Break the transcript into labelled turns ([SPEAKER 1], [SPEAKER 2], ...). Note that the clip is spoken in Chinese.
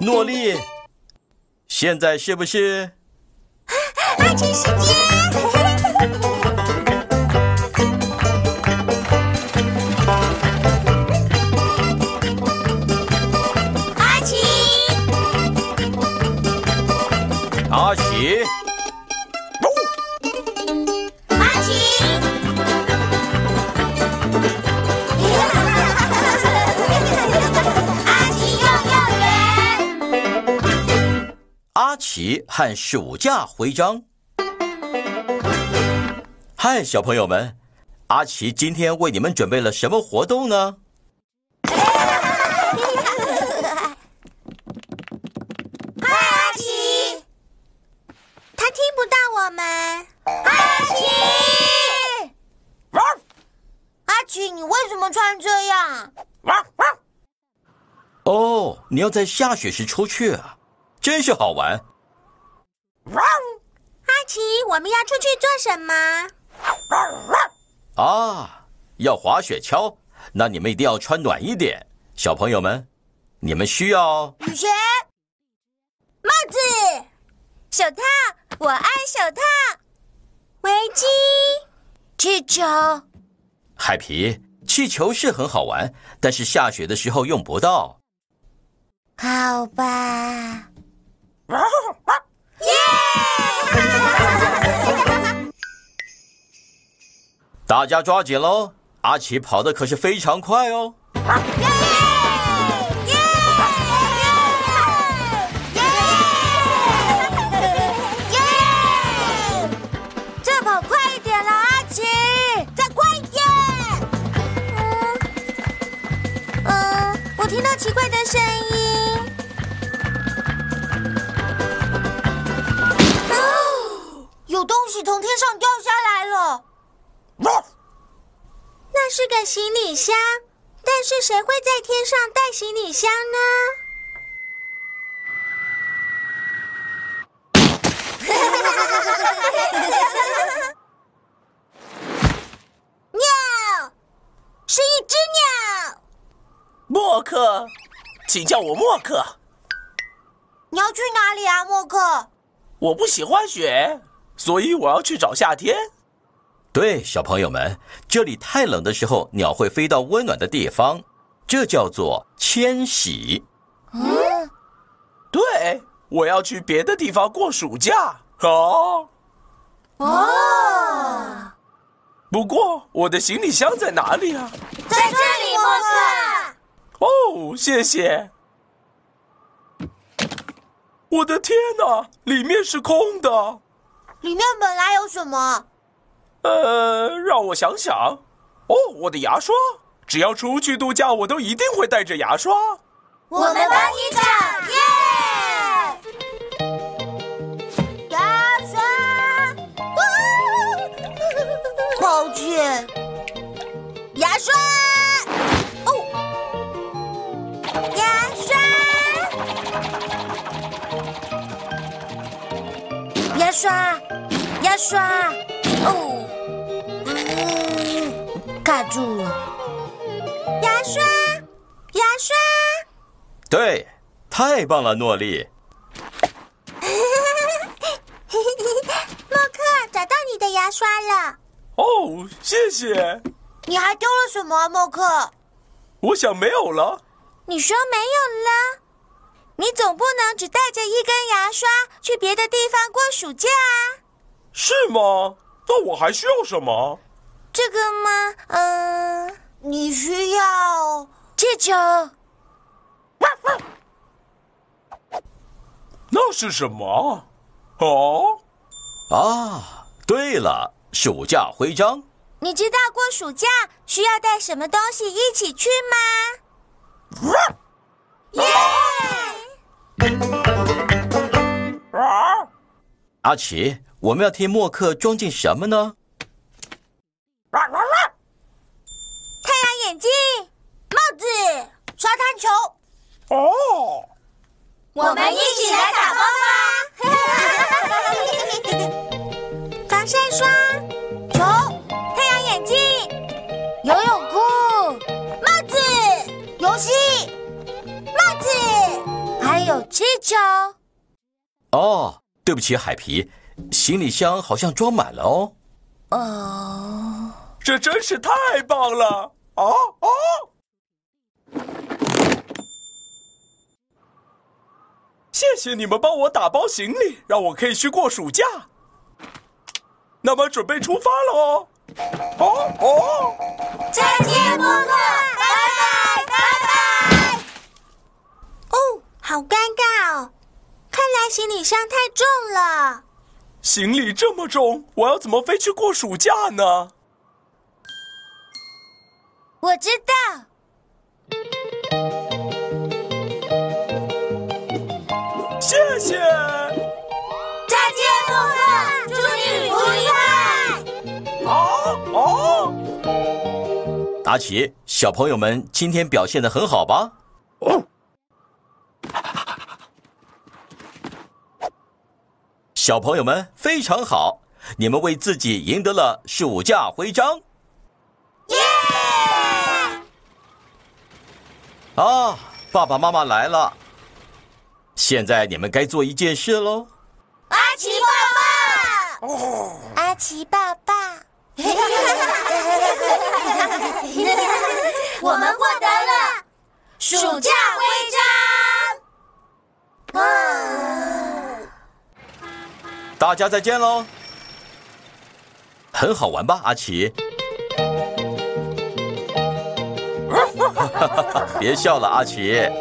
[SPEAKER 1] 诺丽，现在是不是？
[SPEAKER 2] 爱情时间。阿奇，
[SPEAKER 1] 阿奇，
[SPEAKER 2] 阿奇。阿奇幼幼园，
[SPEAKER 1] 阿奇和暑假徽章。嗨，小朋友们，阿奇今天为你们准备了什么活动呢？
[SPEAKER 2] 阿奇，他听不到我们。阿奇，阿奇，你为什么穿这样？
[SPEAKER 1] 哦，你要在下雪时出去啊，真是好玩。
[SPEAKER 2] 阿奇，我们要出去做什么？
[SPEAKER 1] 啊，要滑雪橇，那你们一定要穿暖一点，小朋友们，你们需要
[SPEAKER 2] 雨鞋、帽子、手套，我爱手套、围巾、气球。
[SPEAKER 1] 海皮气球是很好玩，但是下雪的时候用不到。
[SPEAKER 2] 好吧。耶！
[SPEAKER 1] 大家抓紧喽，阿奇跑的可是非常快哦。
[SPEAKER 2] 耶！耶！耶！耶！再跑快一点啦，阿奇！再快一点！嗯，嗯，我听到奇怪的声音。哦，有东西从天上掉下来了。那是个行李箱，但是谁会在天上带行李箱呢？ 鸟，是一只鸟。
[SPEAKER 3] 默克，请叫我默克。
[SPEAKER 2] 你要去哪里啊，默克？
[SPEAKER 3] 我不喜欢雪，所以我要去找夏天。
[SPEAKER 1] 对，小朋友们，这里太冷的时候，鸟会飞到温暖的地方，这叫做迁徙。
[SPEAKER 2] 嗯，
[SPEAKER 3] 对，我要去别的地方过暑假。哦，
[SPEAKER 2] 哦，
[SPEAKER 3] 不过我的行李箱在哪里啊？
[SPEAKER 2] 在这里，默克。
[SPEAKER 3] 哦，谢谢。我的天哪，里面是空的。
[SPEAKER 2] 里面本来有什么？
[SPEAKER 3] 呃，让我想想。哦，我的牙刷，只要出去度假，我都一定会带着牙刷。
[SPEAKER 2] 我们帮你找，耶！牙刷，抱歉，牙刷，哦，牙刷，牙刷，牙刷，哦，嗯，卡住了，牙刷，牙刷。
[SPEAKER 1] 对，太棒了，诺丽。
[SPEAKER 2] 默克，找到你的牙刷了。
[SPEAKER 3] 哦，谢谢。
[SPEAKER 2] 你还丢了什么啊，默克？
[SPEAKER 3] 我想没有了。
[SPEAKER 2] 你说没有了？你总不能只带着一根牙刷去别的地方过暑假啊？
[SPEAKER 3] 是吗？那我还需要什么？
[SPEAKER 2] 这个吗？嗯、你需要这种
[SPEAKER 3] 那是什么？哦，
[SPEAKER 1] 啊，对了，暑假徽章。
[SPEAKER 2] 你知道过暑假需要带什么东西一起去吗？耶！
[SPEAKER 3] 啊，
[SPEAKER 1] 阿奇，我们要替默克装进什么呢？
[SPEAKER 2] 太阳眼镜、帽子、沙滩球，
[SPEAKER 3] 哦，
[SPEAKER 2] 我们一起来打包吧！防晒霜、球、太阳眼镜、游泳裤、帽子、游戏、帽子，还有有气球。
[SPEAKER 1] 哦，对不起，海皮，行李箱好像装满了哦。
[SPEAKER 2] 哦，
[SPEAKER 3] 这真是太棒了！啊啊！谢谢你们帮我打包行李，让我可以去过暑假。那么准备出发了哦！哦哦！
[SPEAKER 2] 再见，波波，拜拜，拜拜。哦，好尴尬哦，看来行李箱太重了。
[SPEAKER 3] 行李这么重，我要怎么飞去过暑假呢？
[SPEAKER 2] 我知道。
[SPEAKER 3] 谢谢。
[SPEAKER 2] 再见，波波，啊祝你旅途愉快。
[SPEAKER 3] 啊啊！
[SPEAKER 1] 达奇，小朋友们今天表现的很好吧？哦小朋友们非常好，你们为自己赢得了暑假徽章
[SPEAKER 2] 耶！
[SPEAKER 1] 啊！爸爸妈妈来了，现在你们该做一件事喽。
[SPEAKER 2] 阿奇爸爸，阿奇爸爸，我们获得了暑假徽章。啊，
[SPEAKER 1] 大家再见喽！很好玩吧，阿奇？ 别笑了，阿奇。